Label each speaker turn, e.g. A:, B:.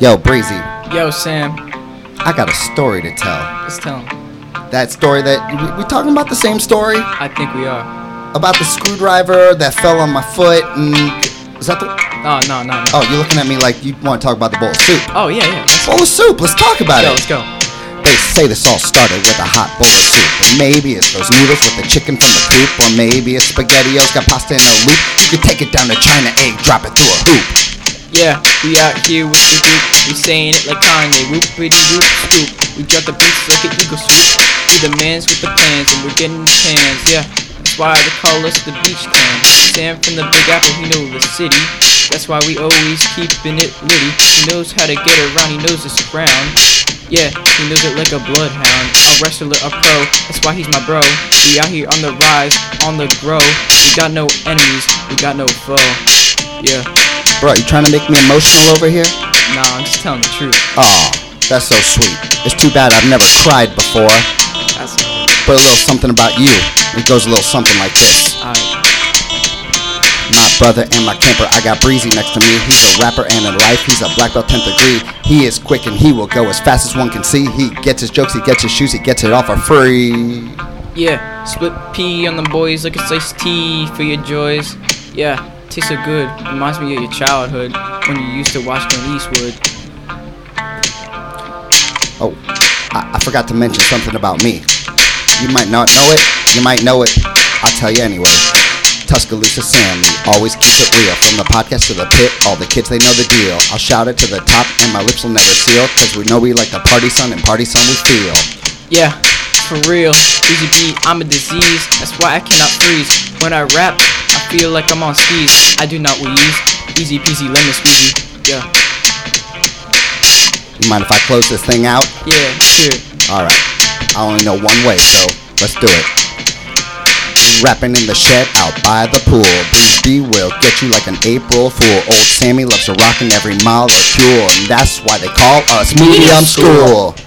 A: Yo, Breezy,
B: Yo, Sam,
A: I got a story to tell.
B: let's tell him.
A: That story that we, we talking about the same story
B: I think we are.
A: about the screwdriver that fell on my foot and is that the?
B: No, no, no, no.
A: Oh, you're looking at me like you want to talk about the bowl of soup.
B: Oh, yeah, yeah. Let's
A: Bowl of soup. Let's talk about
B: go,
A: it.
B: let's go.
A: They say this all started with a hot bowl of soup. And maybe it's those noodles with the chicken from the coop. Or maybe it's SpaghettiOs got pasta in a loop. You could take it down to China egg, drop it through a hoop.
B: Yeah, we out here with the group. We saying it like Kanye. Whoop, pretty whoop, scoop. We drop the beats like an eagle swoop. We the mans with the plans, and we're getting the pans. Yeah, that's why they call us the beach clan. Sam from the Big Apple, he know the city. That's why we always keeping it litty. He knows how to get around. He knows it's around. Yeah, he knows it like a bloodhound. A wrestler, a pro. That's why he's my bro. We out here on the rise, on the grow. We got no enemies. We got no foe. Yeah.
A: Bro, you trying to make me emotional over here?
B: Nah, I'm just telling the truth.
A: Aw, that's so sweet. It's too bad I've never cried before.
B: That's
A: But a little something about you. It goes a little something like this.
B: alright.
A: My brother and my camper, I got Breezy next to me. He's a rapper and in life, he's a black belt 10th degree. He is quick and he will go as fast as one can see. He gets his jokes, he gets his shoes, he gets it all for free.
B: Yeah, split pea on the boys like it's iced tea for your joys. Yeah, tastes so good. Reminds me of your childhood when you used to watch Clint Eastwood.
A: Oh, I, I forgot to mention something about me. You might not know it, you might know it. I'll tell you anyway. Tuscaloosa Sam, we always keep it real. From the podcast to the pit, all the kids they know the deal. I'll shout it to the top, and my lips will never seal. Cause we know we like the party son, and party son we feel.
B: Yeah, for real. Easy B, I'm a disease. That's why I cannot freeze. When I rap, I feel like I'm on skis. I do not wheeze. Easy peasy lemon squeezy. Yeah,
A: You mind if I close this thing out?
B: yeah, sure.
A: All right. I only know one way, so let's do it. Rapping in the shed out by the pool. Breeze B will get you like an April fool. Old Sammy loves to rockin' every molecule, and that's why they call us Medium School.